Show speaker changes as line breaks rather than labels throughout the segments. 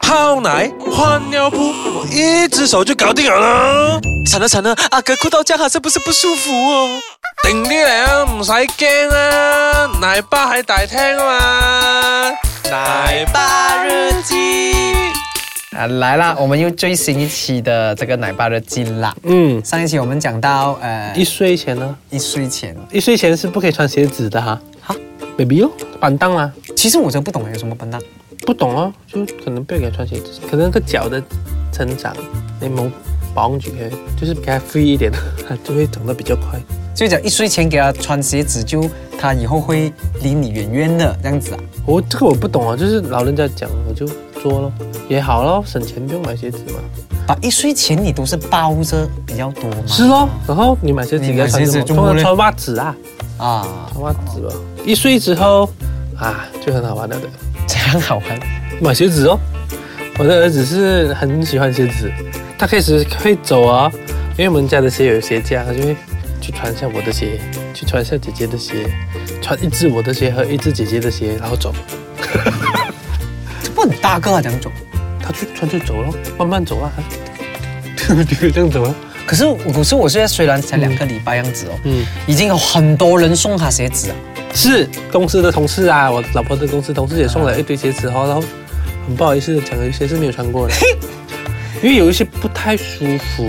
泡奶、换尿布，我一只手就搞定了啦。
惨了惨了，阿哥哭到这样，是不是不舒服哦？
定啲嚟啊，唔使惊啊，奶爸喺大厅啊嘛。奶
爸日记。
啊，来啦！我们又最新一期的这个奶爸日记啦。
嗯，
上一期我们讲到，呃，
一岁前呢，
一岁前，
一岁前是不可以穿鞋子的哈。
哈
，baby 哦，板凳啊，
其实我真不懂有什么笨蛋。
不懂哦，就可能不要给他穿鞋子，可能个脚的成长你冇绑住佢，就是给他 free 一点，他就会长得比较快。
就讲一岁前给他穿鞋子，就他以后会离你远远的这样子啊。
我这个我不懂啊，就是老人家讲我就做咯，也好咯，省钱不用买鞋子嘛。
啊，一岁前你都是包着比较多吗？
是咯，然后你买鞋子
你
给他
买
穿什
鞋
么？
子就
通常
摸嘞
穿袜子啊，
啊，
穿袜子吧。一岁之后啊，就很好玩了的。
这样好玩。
买鞋子哦。我的儿子是很喜欢鞋子，他开始会走啊、因为我们家的鞋有鞋架，他就会去穿一下我的鞋，去穿一下姐姐的鞋，穿一只我的鞋和一只姐姐的鞋，然后走。
这不很大个啊，这样走。
他就穿就走咯，慢慢走啊， 丢丢这样走啊。
可是我，可是我现在虽然才两个礼拜样子哦，
嗯，
已经有很多人送他鞋子啊。
是公司的同事啊，我老婆的公司同事也送了一堆鞋子哦，然后很不好意思地讲，有一些是没有穿过的，因为有一些不太舒服，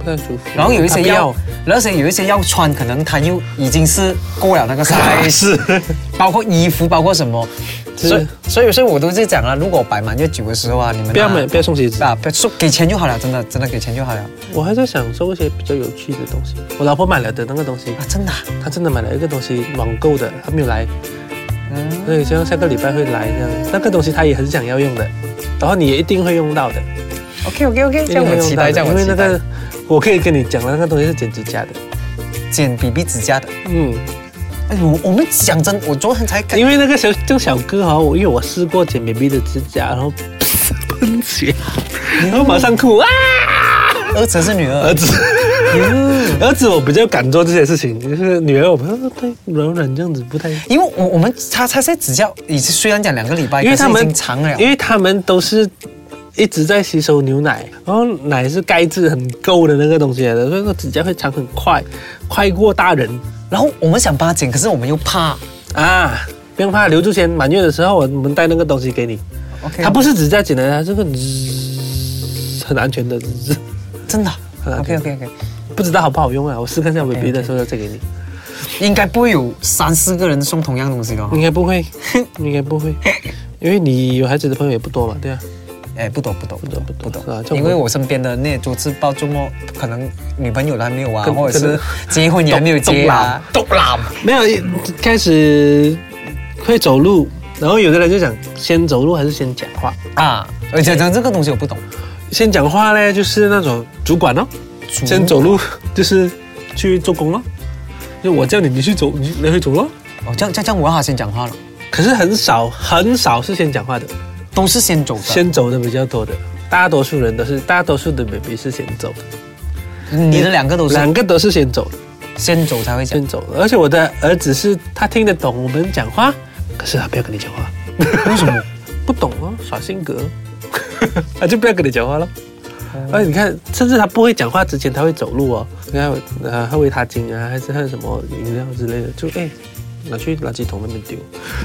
不太舒服。
然后有一些
他啊不
要，然后有些有一些要穿，可能他又已经是过了那个 size，包括衣服，包括什么，
哎是
所以所以所以我都是讲了，如果摆满月酒的时候啊，你们啊
不要买，不要送鞋子。
啊，不要说给钱就好了，真的真的给钱就好了
我还在享受一些比较有趣的东西。我老婆买了的那个东西
啊，，真的啊、
她真的买了一个东西，网购的，她没有来，
嗯，
所以希望下个礼拜会来这样。那个东西她也很想要用的，然后你也一定会用到的。
，OK OK OK，
一定
这样
会
我
用
期
到
待，
的
这样我
因为
期待，
那个我可以跟你讲了，那个东西是剪指甲的。
剪 BB 指甲的，
嗯，
哎呦，我我们讲真，我昨天才看，
因为那个小这个小哥哈，我因为我试过剪 baby 的指甲，然后喷血，然后马上哭啊！
儿子是女儿
儿，子，儿子，我比较敢做这些事情，就是女儿我不太软软这样子，不太。
因为我我们他他现在指甲已经虽然讲两个礼拜，
因为
可是
他
已
们
经长了，
因为他们都是一直在吸收牛奶，然后奶是钙质很够的那个东西来的，所以说指甲会长很快，快过大人
然后我们想帮他剪，可是我们又怕
啊。不用怕，留住前满月的时候，我们带那个东西给你。
，OK，
它不是指甲剪的，它这个滋很安全的，滋
真的
很安
，OK
全。
OK OK。
啊不知道好不好用啊？我试看一下 baby 的时候再给你。
应该不会有三四个人送同样东西的、哦。
应该不 会，应该不会，因为你有孩子的朋友也不多嘛，对啊，
哎，不懂不懂不懂
不懂
不懂
是啊，这样
因为我身边的那些周自爆周末可能女朋友都还没有啊，
可
或者
可
是
能
结婚也还没有结啊，都懒。
没有一开始会走路，然后有的人就想先走路还是先讲话？
啊！而且讲这个东西我不懂，
先讲话嘞，就是那种主管哦，先走路 就是去做工咯，就我叫你，你去走，你你会走咯。
哦，这样这样这样我要先讲话了，
可是很少很少是先讲话的，
都是先走的。
先走的比较多的，大多数人都是，大多数的 baby 是先走的，
你的两个都是
两个都是先走的。
先走才会讲
先走了。而且我的儿子是他听得懂我们讲话，可是他不要跟你讲话，为什么？不懂哦，耍性 格，他就不要跟你讲话了。而且你看，甚至他不会讲话之前，他会走路哦。你看，呃，他喂他精啊，还是还有什么饮料之类的，就哎、拿去垃圾桶那边丢，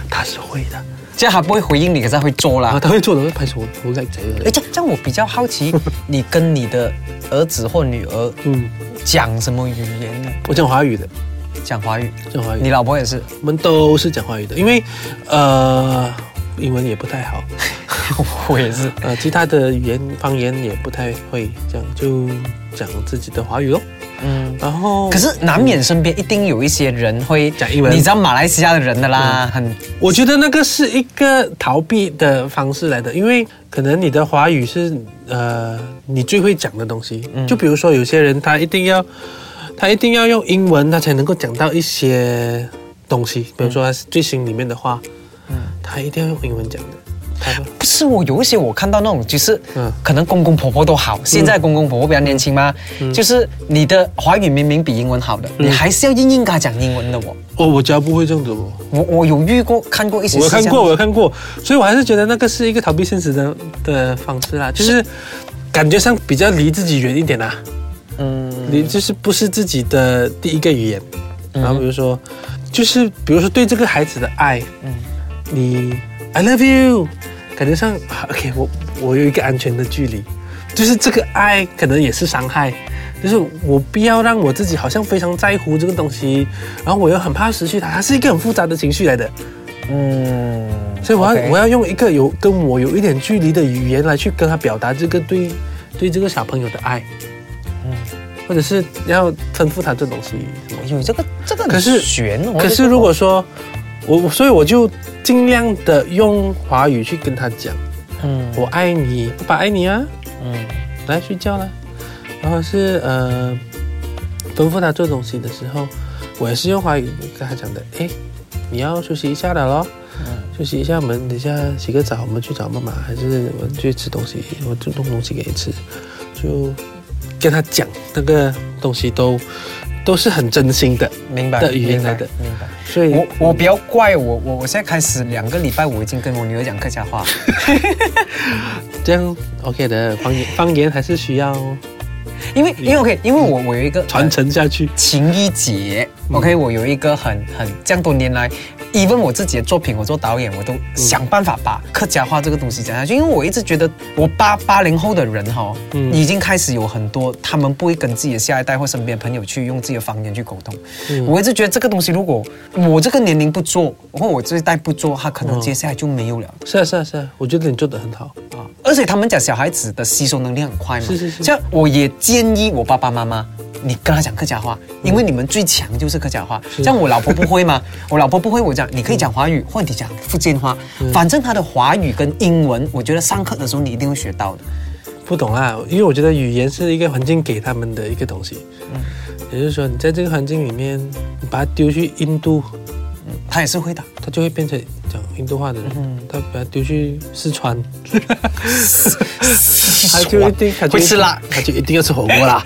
他是会的。
这样还不会回应你，可是他会做
然
啦
后。他会做的，会拍手，我叻仔
哎，
嘅。
这样这样我比较好 奇，你跟你的儿子或女儿
嗯，
讲什么语言呢？
我讲华语的，
讲华语，
讲华语的
你。老婆也是。
我们都是讲华语的，因为呃，英文也不太好。
我也是。
呃，其他的语言方言也不太会，这样就讲自己的华语咯。
嗯，
然后，
可是难免身边一定有一些人会
讲英文嗯
你知道马来西亚的人的啦，很
我觉得那个是一个逃避的方式来的，因为可能你的华语是呃你最会讲的东西。就比如说有些人他一定要他一定要用英文，他才能够讲到一嗯些东西，比如说他最新里面的话，他一定要用英文讲的。
不是我有一些我看到那种就是
嗯，
可能公公婆婆都好，现在公公婆婆比较年轻嘛，
嗯
就是你的华语明明比英文好的，你还是要硬硬跟他讲英文的我。
我我家不会这样子哦，
我我有遇过看过一些，
我有看过，我，有看过，所以我还是觉得那个是一个逃避现实的的方式啦，就是感觉上比较离自己远一点啦，
嗯
离就是不是自己的第一个语言，然后比如说，就是比如说对这个孩子的爱，
嗯
你 I love you，感觉上啊 OK，我我有一个安全的距离，就是这个爱可能也是伤害，就是我不要让我自己好像非常在乎这个东西，然后我又很怕失去它，它是一个很复杂的情绪来的，
嗯，
所以我要
OK
我要用一个有跟我有一点距离的语言来去跟他表达这个对对这个小朋友的爱，
嗯
或者是要吩咐他这东西什么
哎。呦，这个这个
可是
很悬哦，
可
这
是
个
如果说我，我所以我就尽量的用华语去跟他讲，
嗯
我爱你，爸爸爱你啊，
嗯
来睡觉啦。然后是呃，吩咐他做东西的时候，我也是用华语跟他讲的，哎，你要休息一下了咯。
嗯
休息一下，我们等一下洗个澡，我们去找妈妈，还是我们去吃东西，我就弄东西给你吃，就跟他讲那个东西都都是很真心的，
明白
的语言
明白
来的
明白。
所以
我我比较怪我我我现在开始两个礼拜我已经跟我女儿讲客家话，
这样 OK 的，方言方言还是需要
因为因为 OK，因为我我有一个
嗯传承嗯下去。
情谊节，OK，我有一个很很这样多年来，even 我自己的作品，我做导演，我都想办法把客家话这个东西讲下去，因为我一直觉得我八八零后的人哈、哦，
嗯
已经开始有很多他们不会跟自己的下一代或身边的朋友去用自己的方言去沟通，
嗯
我一直觉得这个东西如果我这个年龄不做，或我这一代不做，他可能
嗯
接下来就没有了。
是啊是啊是啊，我觉得你做的很好。
啊而且他们讲小孩子的吸收能力很快嘛，
是是是
像我也建议我爸爸妈妈，你跟他讲客家话，因为你们最强就是客家话。像我老婆不 会嘛，我老婆不会，我讲你可以讲华语，或者你讲福建话，
嗯
反正他的华语跟英文，我觉得上课的时候你一定会学到的。
不懂啦，因为我觉得语言是一个环境给他们的一个东西。也就是说，你在这个环境里面，你把它丢去印度，
他也是会 的，
他就会变成讲印度话的人；他把它丢去四川，他就一定他就
会
一定
吃辣。
他就一定要吃火锅啦。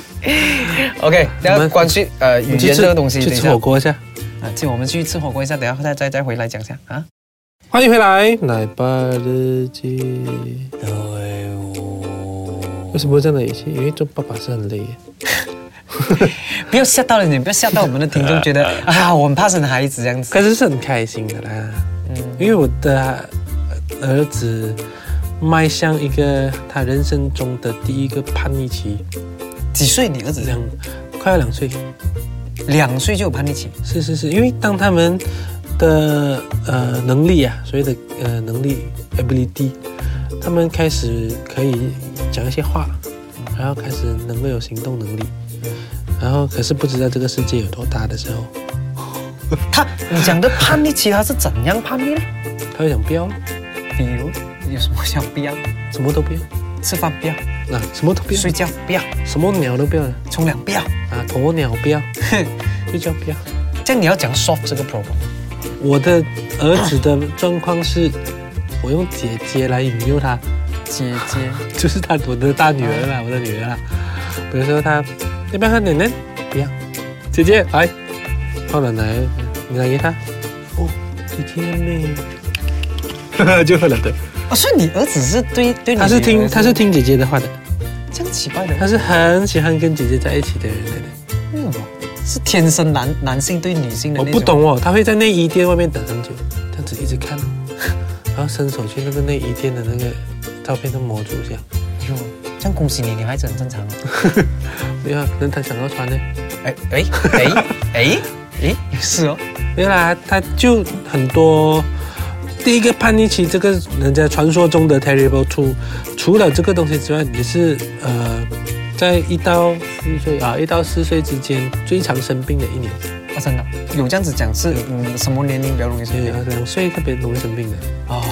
OK，
我
那
们
关于呃语
你去
言
吃
这个东西，
去
等一
吃
下
火锅一下。
啊，就我们去吃火锅一下，等一下再再再回来讲一下啊。
欢迎回来，奶爸日记。为什么会这样的语气？因为做爸爸是很累的。
不要吓到了你，不要吓到我们 的听众，觉得啊，我很怕生孩子这样子。
可是是很开心的啦，
嗯
因为我的呃儿子迈向一个他人生中的第一个叛逆期，
几岁？你儿子？
两快要两岁，
两岁就有叛逆期，
是是是，因为当他们的呃能力啊，所谓的呃能力 ability，他们开始可以讲一些话，然后开始能够有行动能力，然后可是不知道这个世界有多大的时候，
他你讲的叛逆期，他是怎样叛逆呢？
他会讲不要，
比如有什么想不要，
什么都不要，
吃饭不要，
啊什么都不要，
睡觉不要，
什么鸟都不要了。
冲凉不要。
啊，鸵鸟不要，
哼，
睡觉不要。
这样你要讲 soft 这个 problem，
我的儿子的状况是，我用姐姐来引诱他，
姐姐
就是他我的大女儿啦，我的女儿啦。比如说他要不要喝奶奶？不要，姐姐来，泡了奶，你来给他。哦，姐姐妹， 就喝了的。
哦，所以你儿子是对对你
他是听他是听姐姐的话的，
这样奇怪的，
他是很喜欢跟姐姐在一起的人来的。
为什么？是天生男男性对女性的
我
那种
不，懂哦，他会在内衣店外面等很久，这样子一直看 哦，然后伸手去那个内衣店的那个照片都模住一下。
哟，这样恭喜你，女孩子很正常哦。
没有啊，可能他想要穿呢。
哎哎哎 哎哎，是哦，
没有啦，他就很多。第一个叛逆期，这个人家传说中的 terrible two，除了这个东西之外，也是呃，在一到四岁啊，一到四岁之间最常生病的一年，
啊真的有这样子讲是嗯什么年龄比较容易生
对
病
啊，两岁特别容易生病的。
哦？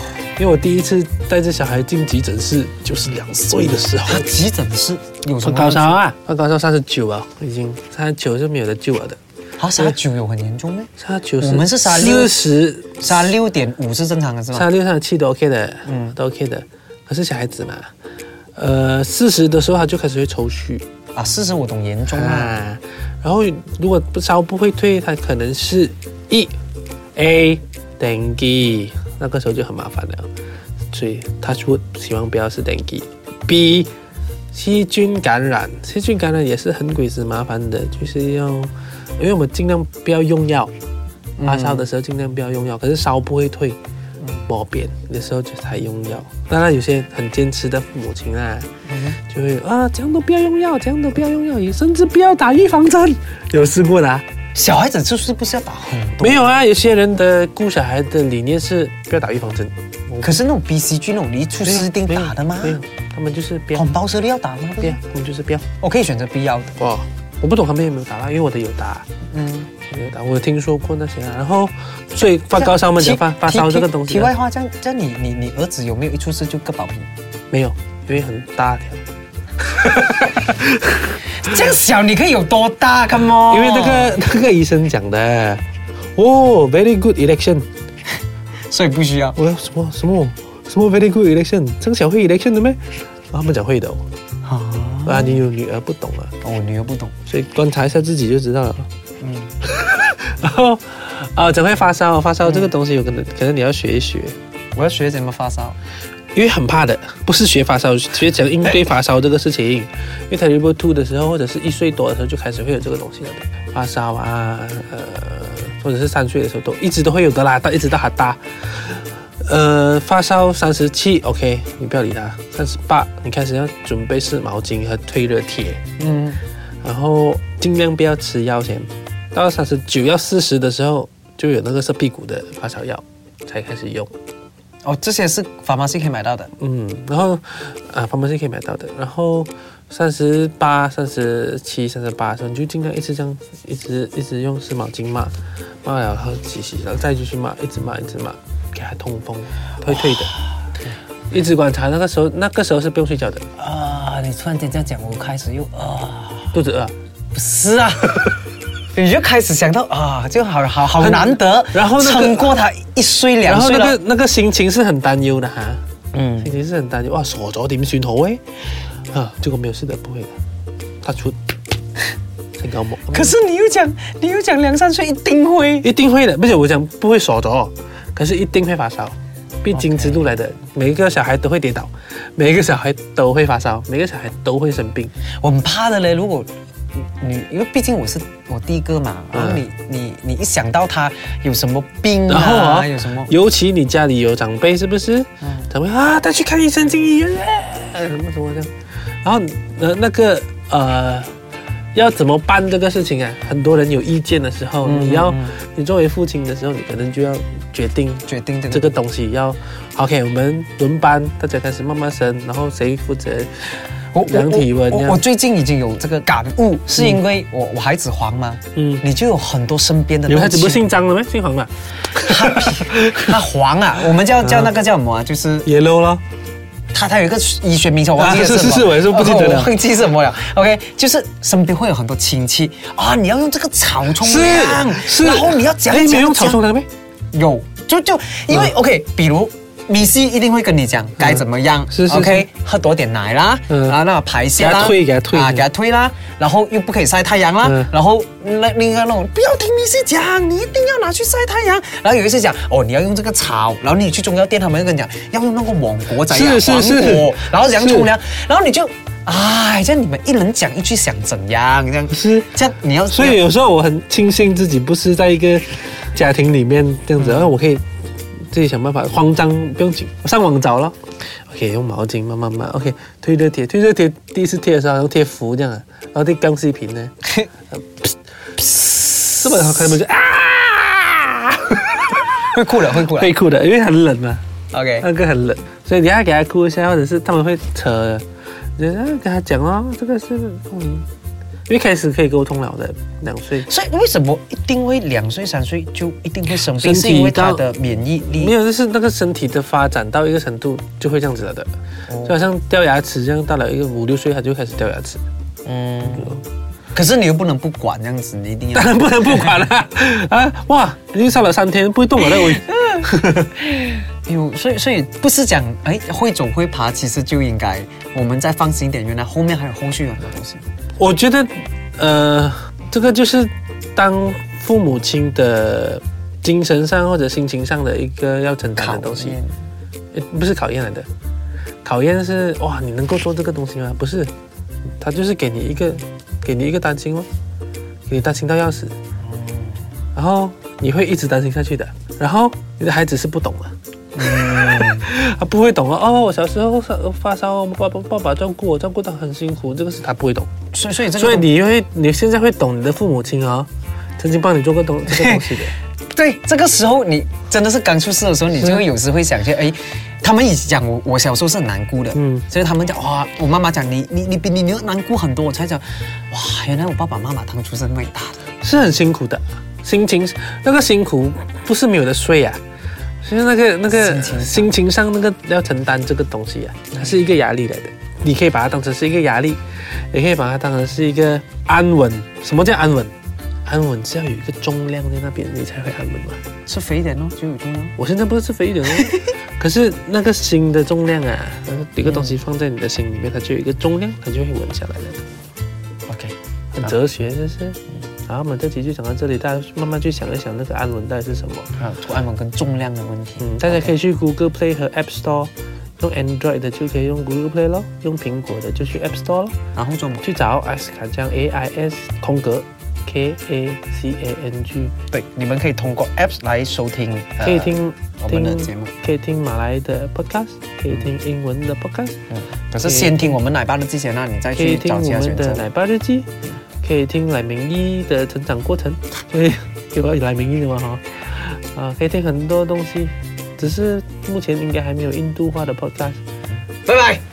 因为我第一次带着小孩进急诊室，就是两岁的 时候。
他急诊室有什
发
么
高
问题
烧啊，发高烧三十九啊，已经三十九是没有得救了的。
啊，杀九有很严重咩？
杀九十，
我们是杀六
四十，
杀六点五是正常的，是
杀
吗？
六杀七都 OK 的，嗯，都 OK 的。可是小孩子嘛，呃，四十的时候他就开始会抽搐
啊，四十五懂严重啊，
啊，然后如果不烧不会退，他可能是一 A dengue，那个时候就很麻烦了。所以他说希望不要是 dengue，B 细菌感染，细菌感染也是很鬼子麻烦的，就是要，因为我们尽量不要用药，
嗯
发烧的时候尽量不要用药，可是烧不会退，抹扁的时候就才用药。当然有些很坚持的父母亲啊，就会啊，这样都不要用药，这样都不要用药，也甚至不要打预防针，有试过的、啊？
小孩子就是不是要打很多？
没有啊，有些人的顾小孩的理念是不要打预防针，
可是那种 B C G 那种，你一出事一定
没有
打的吗？
没有，他们就是不要
恐，包蛇都要打吗？
不要，他们就是不要。
我可以选择必要的。
哇，我不懂他们有没有打啦，因为我的有打，
嗯，
我的有打，我有听说过那些啊。然后，所以发高烧嘛，讲
题
发发烧这个东
题
西
题
啊、
外话，这样这样你你你儿子有没有一出事就割包皮？
没有，因为很大条。
这样小你可以有多大？Come on！
因为那，个那个医生讲的，哦，very good election，
所以不需要
我要什么什么什么 very good election，曾小慧 election 的咩？啊他们讲会的哦、
啊。
啊，你有女儿不懂啊，
哦我女儿不懂，
所以观察一下自己就知道了。 嗯，然后啊，怎么会发烧？发烧这个东西有可能，可能你要学一学，
我要学怎么发烧。
因为很怕的，不是学发烧，学怎样应对发烧这个事情。因为 terrible two 的时候，或者是一岁多的时候就开始会有这个东西了的，发烧啊，呃，或者是三岁的时候都一直都会有的啦，到一直到哈大。呃，发烧三十七，OK，你不要理它。三十八，你开始要准备是毛巾和退热贴。
嗯，
然后尽量不要吃药先。到三十九要四十的时候，就有那个射屁股的发烧药才开始用。
哦，这些是法妈是可以买到的。
嗯，然后啊，旁边是可以买到的。然后三十八、三十七、三十八的时候，你就尽量一直这样，一直一直用湿毛巾抹，抹了然后洗洗，然后再继续抹，一直抹，一直抹，给它通风，会退的。一直观察，那个时候那个时候是不用睡觉的，
啊，你突然间这样讲，我开始又啊，
肚子饿。
不是啊， 你就开始想到啊，就好好好
很
难得，
然后那个
撑过他一岁
然
两
后
岁
那
了
个，那个心情是很担忧的哈。
嗯，
心情是很担忧，哇，傻咗點算好诶？啊，結果沒有事的，不會的。他出身高 模，
可是你又讲，你又讲两三岁一定会，
一定會的，不是我講不會傻咗，可哦是一定會發燒，必經之路來的。每一個小孩都會跌倒，每一個小孩都會發燒，每一個小孩都會生病。
我很怕的嘞。如果你，因为毕竟我是我第一个嘛，然后你你你一想到他有什么病
然後
啊，
啊，
有什么，
尤其你家裡有長輩，是不是？長輩啊，帶去看醫生，進醫院，哎什麼什麼這樣。然後呃那個呃。要怎么办这个事情啊？很多人有意见的时候，你要，你作为父亲的时候，你可能就要决定
决定这个
这个东西要，OK，我们轮班，大家开始慢慢生，然后谁负责
我
量体温
我
这
我我
样，
最近已经有这个感悟，是因为我、我孩子黄嘛，
嗯，
你就有很多身边的
你
那
们孩
种
子不是
亲
姓张的吗？姓黄的
他黄啊，我们叫叫那个叫什么啊？就是
，yellow 咯，
他他有一个医学名称，我忘记
啊
了
是
什么
是是我也是不记得了
哦 我忘记什么了。OK，就是身边会有很多亲戚啊，你要用这个草冲凉，
是，
然后你要讲
哎，你有用草丛的没？
有，就就因为、OK，比如。米西一定会跟你讲该怎么样、
是是
o k
是
喝多点奶啦，
嗯
然后那个排泄
给
啦，
他退给他退
啊，给他推啦，然后又不可以晒太阳啦，
嗯
然后那另外那种不要听米西讲，你一定要拿去晒太阳。然后有一些讲哦，你要用这个草，然后你去中药店，他们又跟你讲要用那个网果仔呀、
是是是
黄果，然后怎样
是
冲凉，然后你就哎，这样你们一人讲一句，想怎样这样，
是
这样你要
所 以有时候我很庆幸自己不是在一个家庭里面这样子，然后我可以自己想办法，慌张不用紧，我上网找咯。OK，用毛巾慢慢抹。OK，推热贴，推热贴第一次贴的时候好像贴符这样啊，然后贴钢丝瓶呢，这么好看们就啊，
会哭了，会哭了
会哭的，因为很冷嘛，
，OK，
那个很冷，所以你要给他哭一下，或者是他们会扯，你就跟他讲哦，这个是嗯，因为开始可以沟通了的，两岁。
所以为什么一定会两岁三岁就一定会生病？
身体
是因为他
到
的免疫力
没有，就是那个身体的发展到一个程度就会这样子了的，就好像掉牙齿这样，到了一个五六岁他就开始掉牙齿，
嗯，可是你又不能不管这样子，你一定要
当然 不能不管了啊！哇，已经烧了三天，不会动了那位。
有，所以所以不是讲哎会走会爬，其实就应该我们再放心一点，原来后面还有后续有很多东西。
我觉得，呃，这个就是当父母亲的精神上或者心情上的一个要承担的东西，
验
诶不是考验来的。考验是哇，你能够做这个东西吗？不是，他就是给你一个，给你一个担心哦，给你担心到要死，然后你会一直担心下去的。然后你的孩子是不懂的。 他不会懂哦，哦，我小时候发烧，我爸爸爸爸照顾我，照顾到很辛苦，这个是他不会懂。
所以所以这个
所以你会，你现在会懂你的父母亲哦，曾经帮你做过东这个东西的。
对，这个时候你真的是刚出世的时候，你就会有时会想去，哎，他们一直讲我我小时候是很难过的，嗯
嗯，
所以他们讲哇，我妈妈讲你你你比你你难过很多，我才讲，哇，原来我爸爸妈妈当初是伟大的，
是很辛苦的，心情那个辛苦不是没有的睡啊，就是那个那个
心情上
心情上那个要承担这个东西啊，它是一个压力来的。你可以把它当成是一个压力，也可以把它当成是一个安稳。什么叫安稳？安稳是要有一个重量在那边，你才会安稳嘛。
吃肥一点哦，就有重要。
我现在不是吃肥一 点哦，可是那个心的重量啊，那个一个东西放在你的心里面，它就有一个重量，它就会稳下来的。
OK，
很哲学，就是。然后我们这集就讲到这里，大家慢慢去想一想那个安稳到底是什么。
啊，图案文跟重量的问题，
嗯，大家可以去 Google Play 和 App Store，用 Android 的就可以用 Google Play 咯，用苹果的就去 App Store 咯，
然后做什么？
去找阿斯卡江 A I S 空格 K A C A N G，
对，你们可以通过 Apps 来收听，呃
可以听
我们的节
听
目，
可以听马来的 podcast，可以听英文的 podcast，
嗯，可是先听我们奶爸的之前啊呢，你再
可以
去
听
找
我
其他
们
选
的
择。
奶爸日记，可以听赖明义的成长过程， 可以有赖明义的嘛哈，啊，可以听很多东西，只是目前应该还没有印度话的 podcast。
拜拜。